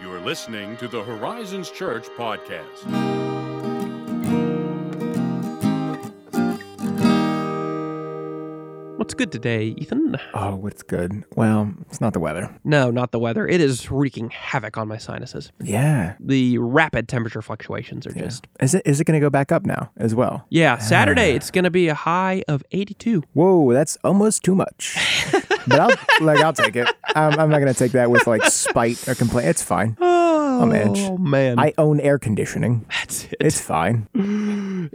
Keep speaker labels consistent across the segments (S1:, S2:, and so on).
S1: You are listening to the Horizons Church podcast.
S2: What's good today, Ethan?
S3: Oh, what's good? Well, it's not the weather.
S2: No, not the weather. It is wreaking havoc on my sinuses.
S3: Yeah.
S2: The rapid temperature fluctuations are
S3: yeah.
S2: just.
S3: Is it is it going to go back up now as well?
S2: Yeah, Saturday
S3: Ah.
S2: it's going to be a high of 82.
S3: Whoa, that's almost too much. but I'll like I'll take it. I'm, I'm not going to take that with like spite or complaint. It's fine.
S2: Oh,
S3: edge.
S2: man.
S3: I own air conditioning.
S2: That's it.
S3: It's fine.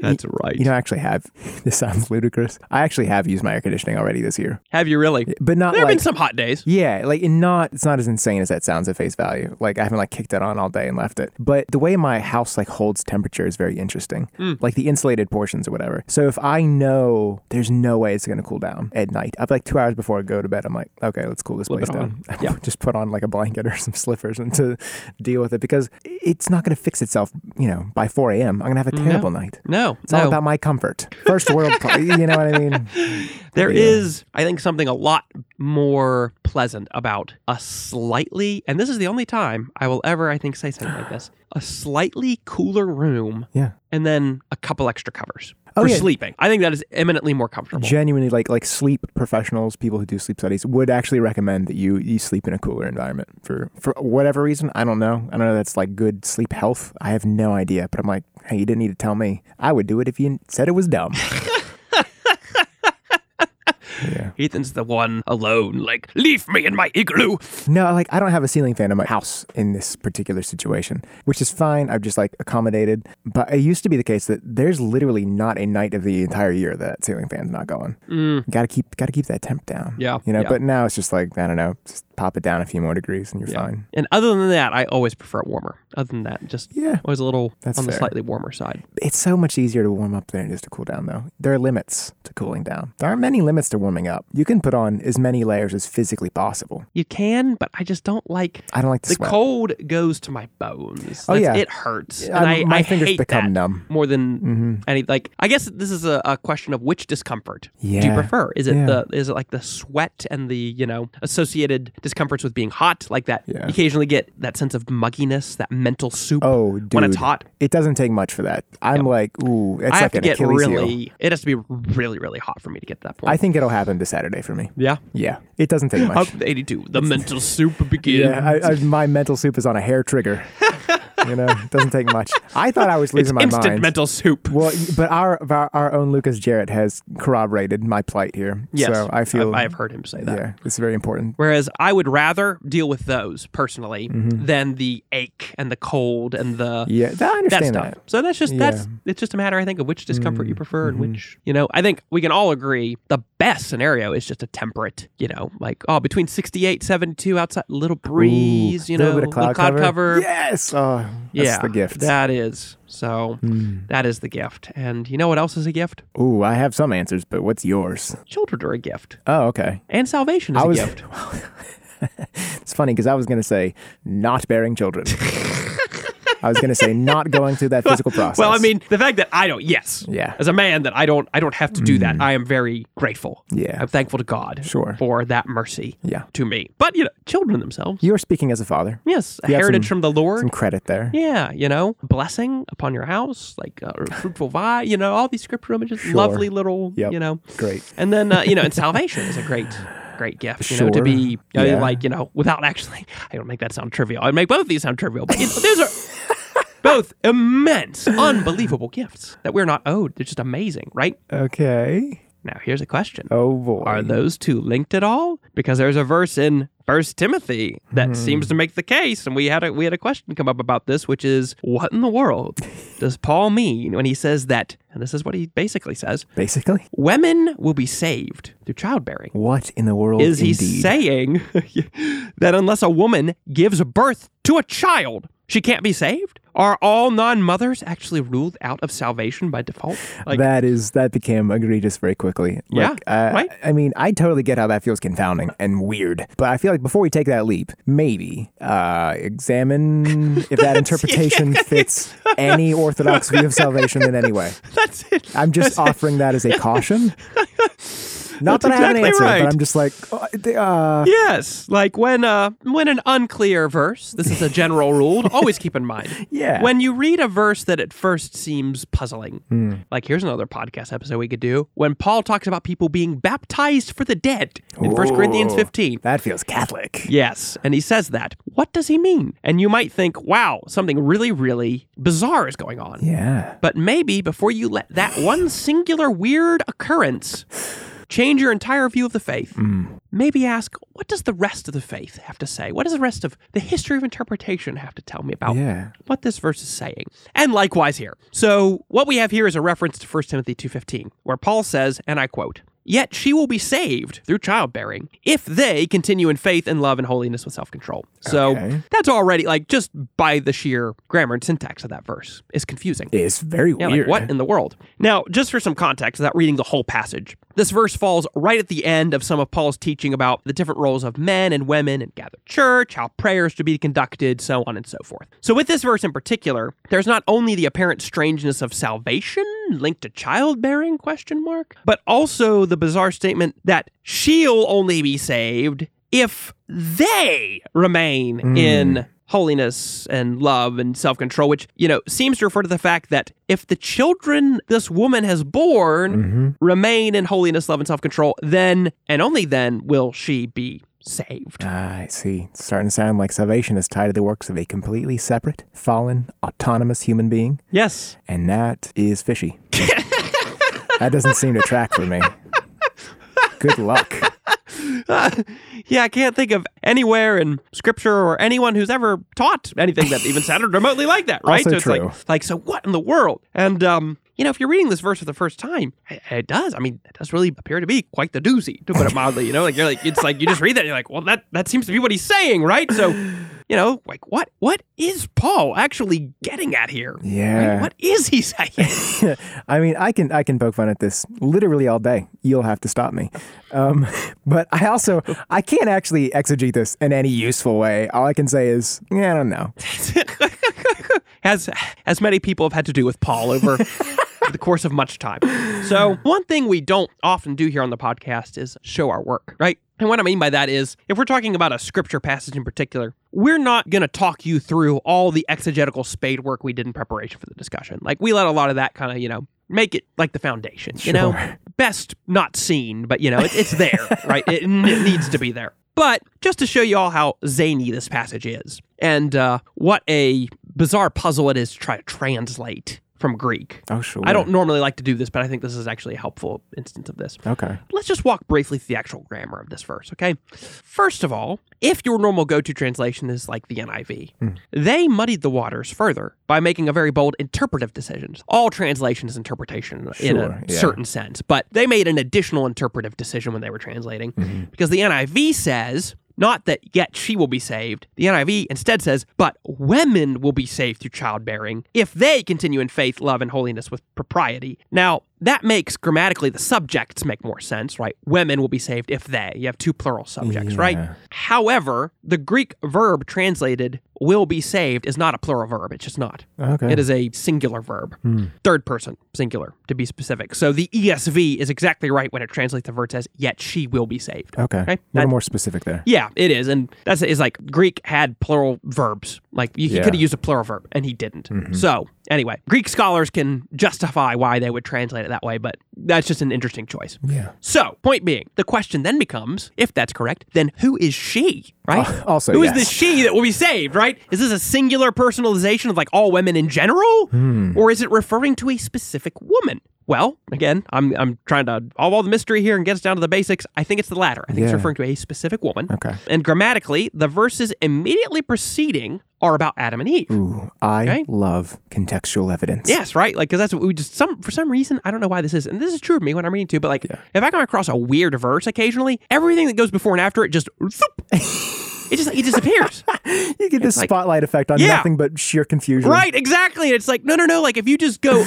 S2: That's right.
S3: You know, I actually have. This sounds ludicrous. I actually have used my air conditioning already this year,
S2: Have you really?
S3: but not
S2: There have
S3: like
S2: been some hot days.
S3: Yeah, like and not it's not as insane as that sounds at face value. Like I haven't like kicked it on all day and left it. But the way my house like holds temperature is very interesting.
S2: Hmm.
S3: Like the insulated portions or whatever. So if I know there's no way it's gonna cool down at night, I've like two hours before I go to bed, I'm like, okay, let's cool this
S2: Flip
S3: place
S2: it on.
S3: down.
S2: Yeah.
S3: Just put on like a blanket or some slippers and to deal with it because it's not gonna fix itself, you know, by four AM. I'm gonna have a terrible night.
S2: No,
S3: It's all
S2: Mm-hmm. no.
S3: about my comfort. First world, pro- you know what I mean?
S2: There is,
S3: Yeah.
S2: I think, something a lot more pleasant about a slightly, and this is the only time I will ever, I think, say something like this a slightly cooler room
S3: Yeah.
S2: and then a couple extra covers
S3: Oh,
S2: for
S3: yeah.
S2: sleeping. I think that is eminently more comfortable.
S3: genuinely like like sleep professionals people who do sleep studies would actually recommend that you you sleep in a cooler environment for for whatever reason i don't know i don't know if that's like good sleep health i have no idea but i'm like hey you didn't need to tell me i would do it if you said it was dumb yeah
S2: Ethan's the one alone, like, leave me in my igloo.
S3: no like i don't have a ceiling fan in my house in this particular situation which is fine i've just like accommodated but it used to be the case that there's literally not a night of the entire year that ceiling fan's not going
S2: Mm,
S3: gotta keep gotta keep that temp down
S2: Yeah,
S3: you know
S2: yeah.
S3: but now it's just like i don't know just pop it down a few more degrees and you're
S2: Yeah.
S3: fine
S2: And other than that, I always prefer it warmer. Other than that, just
S3: yeah
S2: always a little
S3: That's
S2: on the
S3: fair.
S2: slightly warmer side.
S3: it's so much easier to warm up than it is to cool down though there are limits to cooling down there aren't many limits to warming up you can put on as many layers as physically possible
S2: You can, but I just don't like
S3: i don't like to
S2: the
S3: sweat
S2: cold goes to my bones.
S3: Oh,
S2: That's-
S3: yeah.
S2: it hurts. And
S3: I-
S2: I,
S3: my
S2: I
S3: fingers
S2: hate
S3: become
S2: that
S3: numb
S2: more than
S3: hmm
S2: any. Like, I guess this is a, a question of which discomfort do you
S3: Yeah.
S2: prefer? Is it
S3: Yeah.
S2: the is it like the sweat and the you know associated discomforts with being hot, like that?
S3: Yeah.
S2: You occasionally get that sense of mugginess, that mental soup
S3: oh dude
S2: when it's hot.
S3: it doesn't take much for that i'm like ooh it's
S2: I
S3: like
S2: have to
S3: an
S2: get
S3: achilles heel.
S2: really. It has to be really, really hot for me to get to that point.
S3: i think it'll happen this saturday for me
S2: yeah.
S3: yeah it doesn't take much
S2: Up to 82. The mental soup begins.
S3: Yeah, I, I, my mental soup is on a hair trigger. you know, it doesn't take much. I thought I was losing my
S2: Instant
S3: mind.
S2: mental soup.
S3: well, but our, our our own Lucas Jarrett has corroborated my plight here.
S2: Yes.
S3: so I feel
S2: I, have heard him say that.
S3: yeah, it's very important.
S2: Whereas I would rather deal with those personally than the ache and the cold and the
S3: Mm-hmm. Yeah, I
S2: that
S3: understand
S2: stuff.
S3: that.
S2: So that's just that's
S3: Yeah. Mm-hmm.
S2: it's just a matter I think of which discomfort you prefer and which you know I think we can all agree the best scenario is just a temperate you know like oh between 68 72 outside little breeze
S3: Ooh,
S2: you know
S3: little bit of cloud,
S2: cloud cover,
S3: Yes, oh, that's
S2: yeah
S3: the gift. Mm.
S2: that is so that is the gift and you know what else is a gift
S3: Ooh, I have some answers, but what's yours?
S2: children are a gift
S3: Oh, okay.
S2: and salvation is
S3: I was-
S2: a gift
S3: It's funny because I was going to say not bearing children. I was going to say not going through that physical process.
S2: well I mean the fact that I don't yes
S3: Yeah. Mm.
S2: as a man that I don't I don't have to do that I am very grateful
S3: Yeah.
S2: I'm thankful to God
S3: Sure.
S2: for that mercy
S3: yeah,
S2: to me but you know children themselves
S3: you're speaking as a father.
S2: Yes, a
S3: You have
S2: heritage
S3: some-
S2: from the Lord.
S3: Some credit there.
S2: yeah, you know, blessing upon your house, like uh, fruitful vine, you know, all these scripture images,
S3: Sure.
S2: lovely little,
S3: Yep.
S2: you know.
S3: Great.
S2: And then, uh, you know, and salvation is a great, great gift, you know, to
S3: Sure.
S2: be uh,
S3: Yeah.
S2: like, you know, without actually, I don't make that sound trivial. I make both these sound trivial, but you know, those are both immense, unbelievable gifts that we're not owed. They're just amazing, right?
S3: Okay.
S2: Now, here's a question
S3: Oh boy.
S2: are those two linked at all? Because there's a verse in First Timothy
S3: Hmm.
S2: that seems to make the case, and we had a we had a question come up about this, which is what in the world does Paul mean when he says that? And this is what he basically says:
S3: Basically,
S2: women will be saved through childbearing.
S3: what in the world
S2: Is he
S3: indeed?
S2: saying that unless a woman gives birth to a child, she can't be saved? Are all non-mothers actually ruled out of salvation by default? Like,
S3: that is that became egregious very quickly.
S2: Yeah,
S3: Like, uh,
S2: right?
S3: I mean, I totally get how that feels confounding and weird, but I feel like before we take that leap, maybe uh, examine if that interpretation fits any orthodox view of salvation in any way.
S2: that's it.
S3: I'm just offering that as a caution. Not
S2: That's
S3: that I have an
S2: exactly
S3: answer,
S2: right.
S3: but I'm just like, oh, I- they- uh,
S2: Yes, like when uh, when an unclear verse. This is a general rule to always keep in mind.
S3: Yeah.
S2: When you read a verse that at first seems puzzling,
S3: Hmm.
S2: like here's another podcast episode we could do when Paul talks about people being baptized for the dead in First Corinthians
S3: Ooh,
S2: 15.
S3: that feels Catholic.
S2: Yes, and he says that. What does he mean? And you might think, wow, something really, really bizarre is going on.
S3: Yeah.
S2: But maybe before you let that one singular weird occurrence change your entire view of the faith, maybe ask, what does the rest of the faith have to say? What does the rest of the history of interpretation have to tell me about
S3: Yeah.
S2: what this verse is saying? And likewise here. So what we have here is a reference to 1 Timothy 2.15, where Paul says, and I quote, Yet she will be saved through childbearing if they continue in faith and love and holiness with self control. So
S3: Okay.
S2: that's already like just by the sheer grammar and syntax of that verse is confusing.
S3: It's very
S2: Yeah,
S3: weird.
S2: like what in the world? Now, just for some context, without reading the whole passage, this verse falls right at the end of some of Paul's teaching about the different roles of men and women in gathered church, how prayers should be conducted, so on and so forth. So, with this verse in particular, there's not only the apparent strangeness of salvation linked to childbearing question mark, but also the bizarre statement that she'll only be saved if they remain in
S3: Hmm.
S2: holiness and love and self control, which, you know, seems to refer to the fact that if the children this woman has born remain in holiness, love, and self control, then and only then will she be saved.
S3: Ah, I see. It's starting to sound like salvation is tied to the works of a completely separate, fallen, autonomous human being,
S2: Yes.
S3: and that is fishy. that doesn't seem to track for me. Good luck.
S2: yeah, I can't think of anywhere in scripture or anyone who's ever taught anything that even sounded remotely like that, right?
S3: Also
S2: so it's
S3: true.
S2: like like so what in the world? And um you know, if you're reading this verse for the first time, it it does. I mean, it does really appear to be quite the doozy, to put it mildly. You know, like you're like, it's like you just read that, and you're like, well, that that seems to be what he's saying, right? So, you know, like what what is Paul actually getting at here? Like,
S3: Yeah.
S2: what is he saying?
S3: I mean, I can I can poke fun at this literally all day. You'll have to stop me. Um, but I also I can't actually exegete this in any useful way. All I can say is yeah, I don't know.
S2: as as many people have had to do with Paul over the course of much time. So one thing we don't often do here on the podcast is show our work, right? And what I mean by that is if we're talking about a scripture passage in particular, we're not going to talk you through all the exegetical spade work we did in preparation for the discussion. Like we let a lot of that kind of, you know, make it like the foundation, you know?
S3: Sure.
S2: Best not seen, but you know, it, it's there, right? It, it needs to be there. But just to show you all how zany this passage is and uh, what a bizarre puzzle it is to try to translate from Greek.
S3: Oh sure.
S2: I don't normally like to do this, but I think this is actually a helpful instance of this.
S3: Okay.
S2: Let's just walk briefly through the actual grammar of this verse, okay? First of all, if your normal go to translation is like the NIV,
S3: Hmm.
S2: they muddied the waters further by making a very bold interpretive decision. All translation is interpretation in a
S3: Sure, yeah.
S2: certain sense, but they made an additional interpretive decision when they were translating
S3: Mm-hmm.
S2: because the NIV says, not that yet she will be saved. The NIV instead says, but women will be saved through childbearing if they continue in faith, love, and holiness with propriety. Now, that makes grammatically the subjects make more sense, right? Women will be saved if they. You have two plural subjects, right? However, the Greek verb translated will be saved is not a plural verb. It's just not.
S3: Okay.
S2: It is a singular verb, third person singular to be specific. So the ESV is exactly right when it translates the verb as "yet she will be saved."
S3: Okay.
S2: Okay.
S3: A
S2: That-
S3: little more specific there.
S2: Yeah, it is, and that's it's like Greek had plural verbs. Like he
S3: Yeah.
S2: could have used a plural verb, and he didn't. So anyway, Greek scholars can justify why they would translate it that way, but that's just an interesting choice.
S3: Yeah.
S2: So, point being, the question then becomes if that's correct, then who is she, right?
S3: also,
S2: who is
S3: yes.
S2: this she that will be saved, right? Is this a singular personalization of like all women in general?
S3: Hmm.
S2: Or is it referring to a specific woman? Well, again, I'm, I'm trying to solve all the mystery here and get us down to the basics. I think it's the latter. I think it's
S3: Yeah.
S2: referring to a specific woman.
S3: Okay.
S2: And grammatically, the verses immediately preceding are about Adam and Eve.
S3: Ooh, I
S2: Okay.
S3: love contextual evidence.
S2: Yes, right. Like, because that's what we just some for some reason I don't know why this is, and this is true of me when I'm reading too. But like, if I come across a weird verse occasionally, everything that goes before and after it just, zoop, it just it disappears.
S3: You get this
S2: like-
S3: spotlight effect on
S2: Yeah.
S3: nothing but sheer confusion.
S2: right? Exactly. And it's like no, no, no. Like if you just go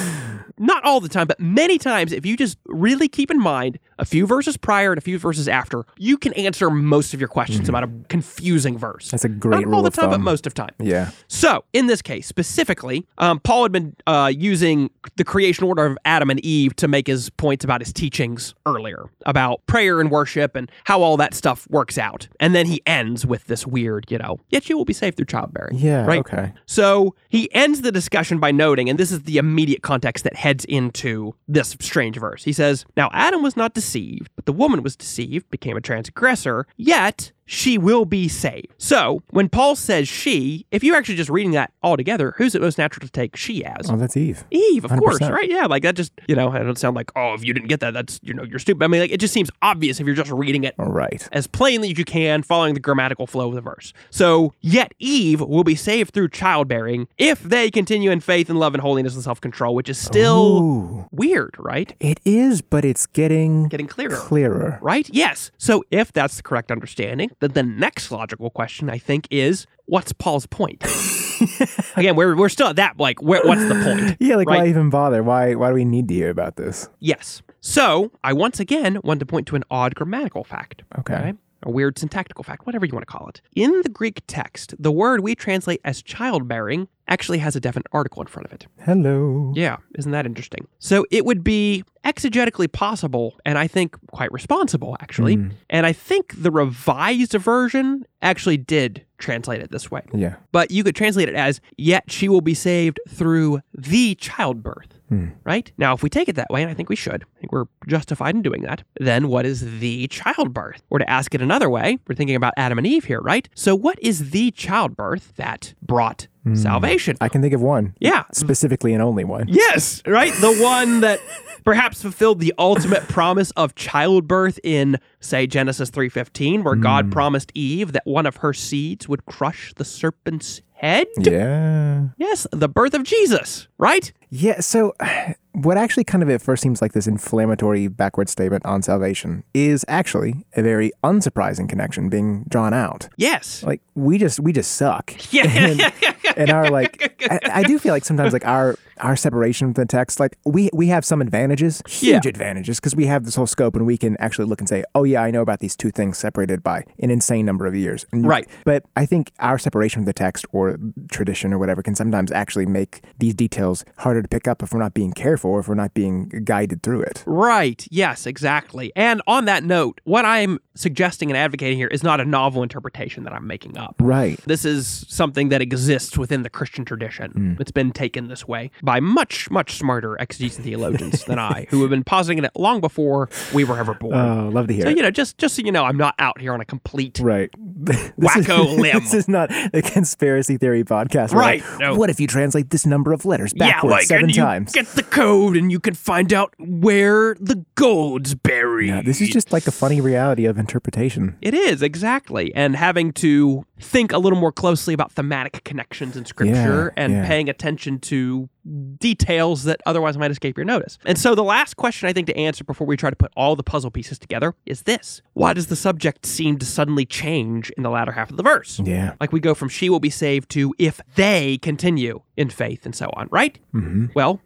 S2: not all the time, but many times, if you just really keep in mind a few verses prior and a few verses after, you can answer most of your questions about a confusing verse.
S3: Mm-hmm. That's a great
S2: Not
S3: rule
S2: all the
S3: of
S2: time, but
S3: thumb.
S2: most of time.
S3: Yeah.
S2: So, in this case specifically, um, Paul had been uh, using the creation order of Adam and Eve to make his points about his teachings earlier about prayer and worship and how all that stuff works out. And then he ends with this weird, you know, yet you will be saved through childbearing.
S3: Yeah.
S2: Right.
S3: Okay.
S2: So he ends the discussion by noting, and this is the immediate context that heads into this strange verse. He says, Now Adam was not deceived, but the woman was deceived, became a transgressor, yet she will be saved. So when Paul says she, if you're actually just reading that all together, who's it most natural to take she as?
S3: Oh, that's Eve.
S2: Eve, of course,
S3: 100%.
S2: right? Yeah, like that just, you know, I don't sound like, oh, if you didn't get that, that's, you know, you're stupid. I mean, like, it just seems obvious if you're just reading it
S3: All right.
S2: as plainly as you can, following the grammatical flow of the verse. So, yet Eve will be saved through childbearing if they continue in faith and love and holiness and self control, which is still
S3: Ooh.
S2: weird, right?
S3: It is, but it's getting
S2: Getting clearer.
S3: clearer.
S2: Right? Yes. So, if that's the correct understanding, then the next logical question, I think, is what's Paul's point? Again, we're, we're still at that, like, where, what's the point?
S3: Yeah, like
S2: Right.
S3: why even bother? Why why do we need to hear about this?
S2: Yes. So, I once again want to point to an odd grammatical fact.
S3: Okay.
S2: A weird syntactical fact, whatever you want to call it. In the Greek text, the word we translate as childbearing actually has a definite article in front of it.
S3: Hello.
S2: Yeah, isn't that interesting? So it would be exegetically possible, and I think quite responsible, actually. And I think the revised version actually did translate it this way.
S3: Yeah.
S2: But you could translate it as, yet she will be saved through the childbirth. Right? Now, if we take it that way, and I think we should, I think we're justified in doing that, then what is the childbirth? Or to ask it another way, we're thinking about Adam and Eve here, right? So, what is the childbirth that brought salvation?
S3: I can think of one.
S2: yeah.
S3: Specifically and only one.
S2: Yes, right? The one that perhaps fulfilled the ultimate promise of childbirth in say Genesis 3:15 where God promised Eve that one of her seeds would crush the serpent's head.
S3: Yeah.
S2: Yes, the birth of Jesus, right?
S3: Yeah, so what actually kind of at first seems like this inflammatory backward statement on salvation is actually a very unsurprising connection being drawn out.
S2: Yes.
S3: Like we just we just suck.
S2: Yeah.
S3: and our like I, I do feel like sometimes like our our separation from the text like we we have some advantages huge
S2: Yeah.
S3: advantages because we have this whole scope and we can actually look and say oh yeah i know about these two things separated by an insane number of years And-
S2: Right.
S3: but i think our separation from the text or tradition or whatever can sometimes actually make these details harder to pick up if we're not being careful or if we're not being guided through it
S2: Right. Yes, exactly. And on that note, what I'm suggesting and advocating here is not a novel interpretation that I'm making up.
S3: right
S2: This is something that exists within the Christian tradition.
S3: Hmm.
S2: It's been taken this way by much, much smarter exegete theologians than I, who have been positing it long before we were ever born.
S3: oh love to hear
S2: so,
S3: it.
S2: you know, just just so you know, I'm not out here on a complete
S3: Right.
S2: Wacko
S3: this is,
S2: limb.
S3: This is not a conspiracy theory podcast. where,
S2: Right,
S3: like,
S2: no.
S3: What if you translate this number of letters backwards
S2: yeah, like
S3: seven
S2: and you
S3: times?
S2: Get the code, and you can find out where the gold's buried.
S3: Yeah, this is just like the funny reality of interpretation.
S2: It is, exactly. And having to think a little more closely about thematic connections in scripture
S3: Yeah,
S2: and
S3: yeah.
S2: paying attention to details that otherwise might escape your notice. And so the last question I think to answer before we try to put all the puzzle pieces together is this. Why does the subject seem to suddenly change in the latter half of the verse?
S3: Yeah.
S2: Like we go from she will be saved to if they continue in faith and so on, right? Mm-hmm. Well,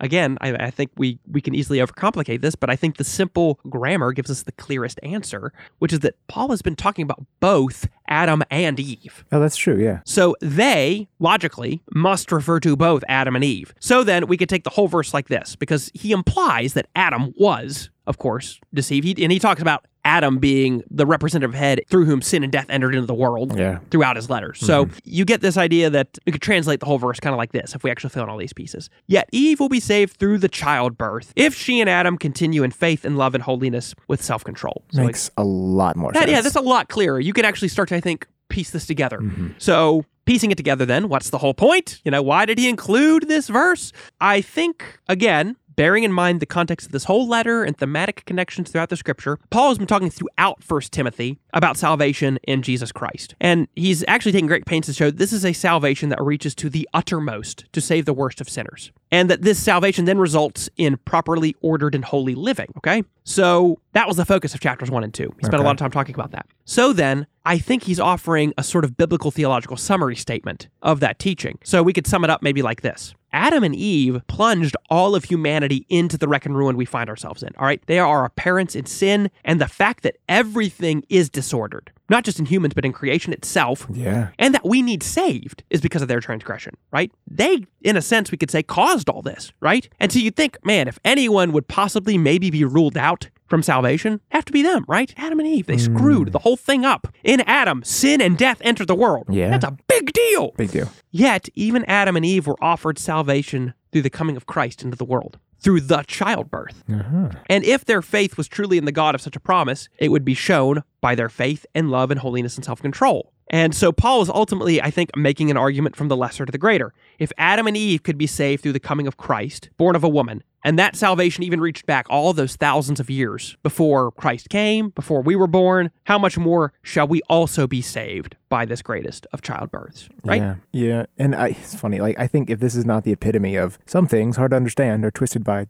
S2: again, I, I think we, we can easily overcomplicate this, but I think the simple grammar gives us the clearest answer, which is that Paul has been talking about both Adam and Eve.
S3: Oh, that's true. Yeah.
S2: So they, logically, must refer to both Adam and Eve. So then we could take the whole verse like this, because he implies that Adam was, of course, deceived. He, and he talks about Adam being the representative head through whom sin and death entered into the world
S3: Yeah.
S2: throughout his letters. So you get this idea that we could translate the whole verse kind of like this if we actually fill in all these pieces. Yet Eve will be saved through the childbirth if she and Adam continue in faith and love and holiness with self control. So
S3: Makes a lot more
S2: that,
S3: sense.
S2: yeah, that's a lot clearer. You can actually start to, I think, piece this together. So, piecing it together, then, what's the whole point? You know, why did he include this verse? I think, again, bearing in mind the context of this whole letter and thematic connections throughout the scripture, Paul has been talking throughout First Timothy about salvation in Jesus Christ. And he's actually taking great pains to show this is a salvation that reaches to the uttermost to save the worst of sinners. And that this salvation then results in properly ordered and holy living. Okay. So that was the focus of chapters one and two. He spent a lot of time talking about that. So then, I think he's offering a sort of biblical theological summary statement of that teaching. So we could sum it up maybe like this Adam and Eve plunged all of humanity into the wreck and ruin we find ourselves in. All right. They are our parents in sin and the fact that everything is disordered, not just in humans, but in creation itself
S3: Yeah.
S2: and that we need saved is because of their transgression, right? They, in a sense, we could say, caused all this, right? And so you'd think, man, if anyone would possibly maybe be ruled out from salvation, have to be them, right? Adam and Eve, they screwed the whole thing up. In Adam, sin and death entered the world.
S3: Yeah.
S2: That's a big deal.
S3: Big deal.
S2: Yet, even Adam and Eve were offered salvation through the coming of Christ into the world, through the childbirth. And if their faith was truly in the God of such a promise, it would be shown by their faith and love and holiness and self control. And so Paul is ultimately, I think, making an argument from the lesser to the greater. If Adam and Eve could be saved through the coming of Christ, born of a woman, and that salvation even reached back all those thousands of years before Christ came, before we were born, how much more shall we also be saved by this greatest of childbirths, right?
S3: Yeah. Yeah. And I, it's funny. Like, I think if this is not the epitome of some things hard to understand are twisted by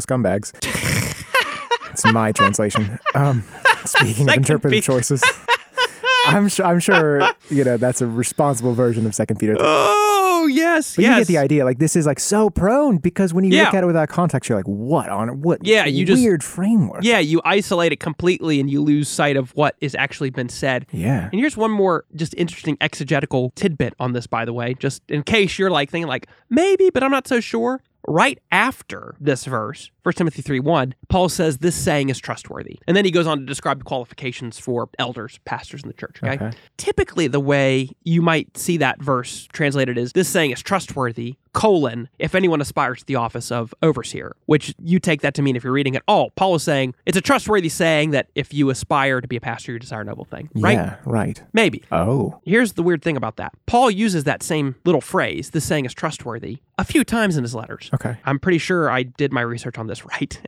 S3: scumbags, it's my translation. Um, speaking
S2: Second
S3: of
S2: Pe-
S3: interpretive choices. I'm sure. I'm sure. You know, that's a responsible version of Second Peter.
S2: Oh yes,
S3: But
S2: yes.
S3: you get the idea. Like this is like so prone because when you look
S2: Yeah.
S3: at it without context, you're like, what on what?
S2: Yeah, you just-
S3: weird framework.
S2: yeah, you isolate it completely and you lose sight of what has actually been said.
S3: Yeah.
S2: And here's one more just interesting exegetical tidbit on this, by the way, just in case you're like thinking like, maybe, but I'm not so sure. Right after this verse, 1 Timothy 3 1, Paul says this saying is trustworthy. And then he goes on to describe the qualifications for elders, pastors in the church. Okay. Typically, the way you might see that verse translated is this saying is trustworthy, colon, if anyone aspires to the office of overseer, which you take that to mean if you're reading it all. Paul is saying it's a trustworthy saying that if you aspire to be a pastor, you desire a noble thing, right?
S3: Yeah. Right.
S2: Maybe.
S3: Oh.
S2: Here's the weird thing about that. Paul uses that same little phrase, this saying is trustworthy, a few times in his letters.
S3: Okay.
S2: I'm pretty sure I did my research on this right.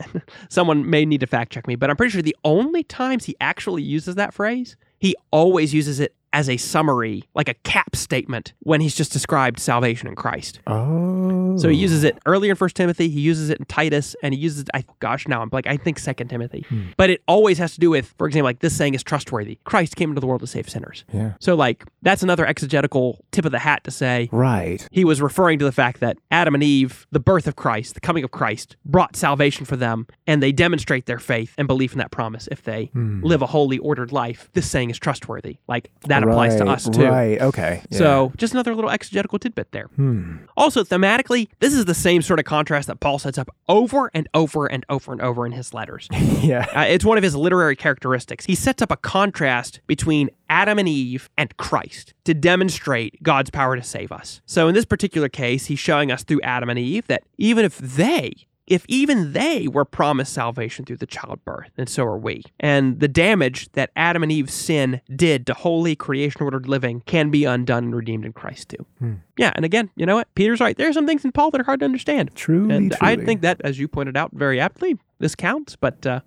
S2: Someone may need to fact check me, but I'm pretty sure the only times he actually uses that phrase, he always uses it as a summary, like a cap statement when he's just described salvation in Christ.
S3: Oh.
S2: So he uses it earlier in First Timothy. He uses it in Titus, and he uses it. I, gosh, now I'm like I think Second Timothy, but it always has to do with, for example, like this saying is trustworthy. Christ came into the world to save sinners.
S3: Yeah.
S2: So like that's another exegetical tip of the hat to say
S3: Right.
S2: he was referring to the fact that Adam and Eve, the birth of Christ, the coming of Christ, brought salvation for them, and they demonstrate their faith and belief in that promise if they
S3: Hmm.
S2: live a holy, ordered life. This saying is trustworthy. Like that applies to
S3: Right,
S2: us too.
S3: Right. Okay. Yeah. Hmm.
S2: So, just another little exegetical tidbit there. Also, thematically, this is the same sort of contrast that Paul sets up over and over and over and over in his letters.
S3: yeah.
S2: Uh, it's one of his literary characteristics. He sets up a contrast between Adam and Eve and Christ to demonstrate God's power to save us. So in this particular case, he's showing us through Adam and Eve that even if they if even they were promised salvation through the childbirth, then so are we. And the damage that Adam and Eve's sin did to holy creation ordered living can be undone and redeemed in Christ too. Yeah, and again, you know what? Peter's right. There are some things in Paul that are hard to understand.
S3: Truly,
S2: And I
S3: truly.
S2: think that, as you pointed out very aptly, this counts. But uh,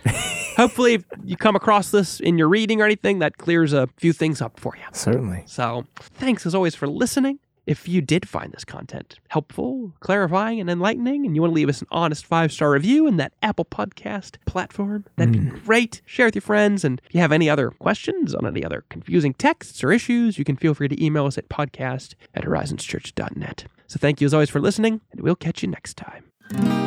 S2: hopefully, if you come across this in your reading or anything, that clears a few things up for you.
S3: Certainly.
S2: So thanks, as always, for listening. If you did find this content helpful, clarifying, and enlightening, and you want to leave us an honest five star review in that Apple Podcast platform, that'd be great. Share with your friends. And if you have any other questions on any other confusing texts or issues, you can feel free to email us at podcast at horizonschurch.net. So thank you, as always, for listening, and we'll catch you next time.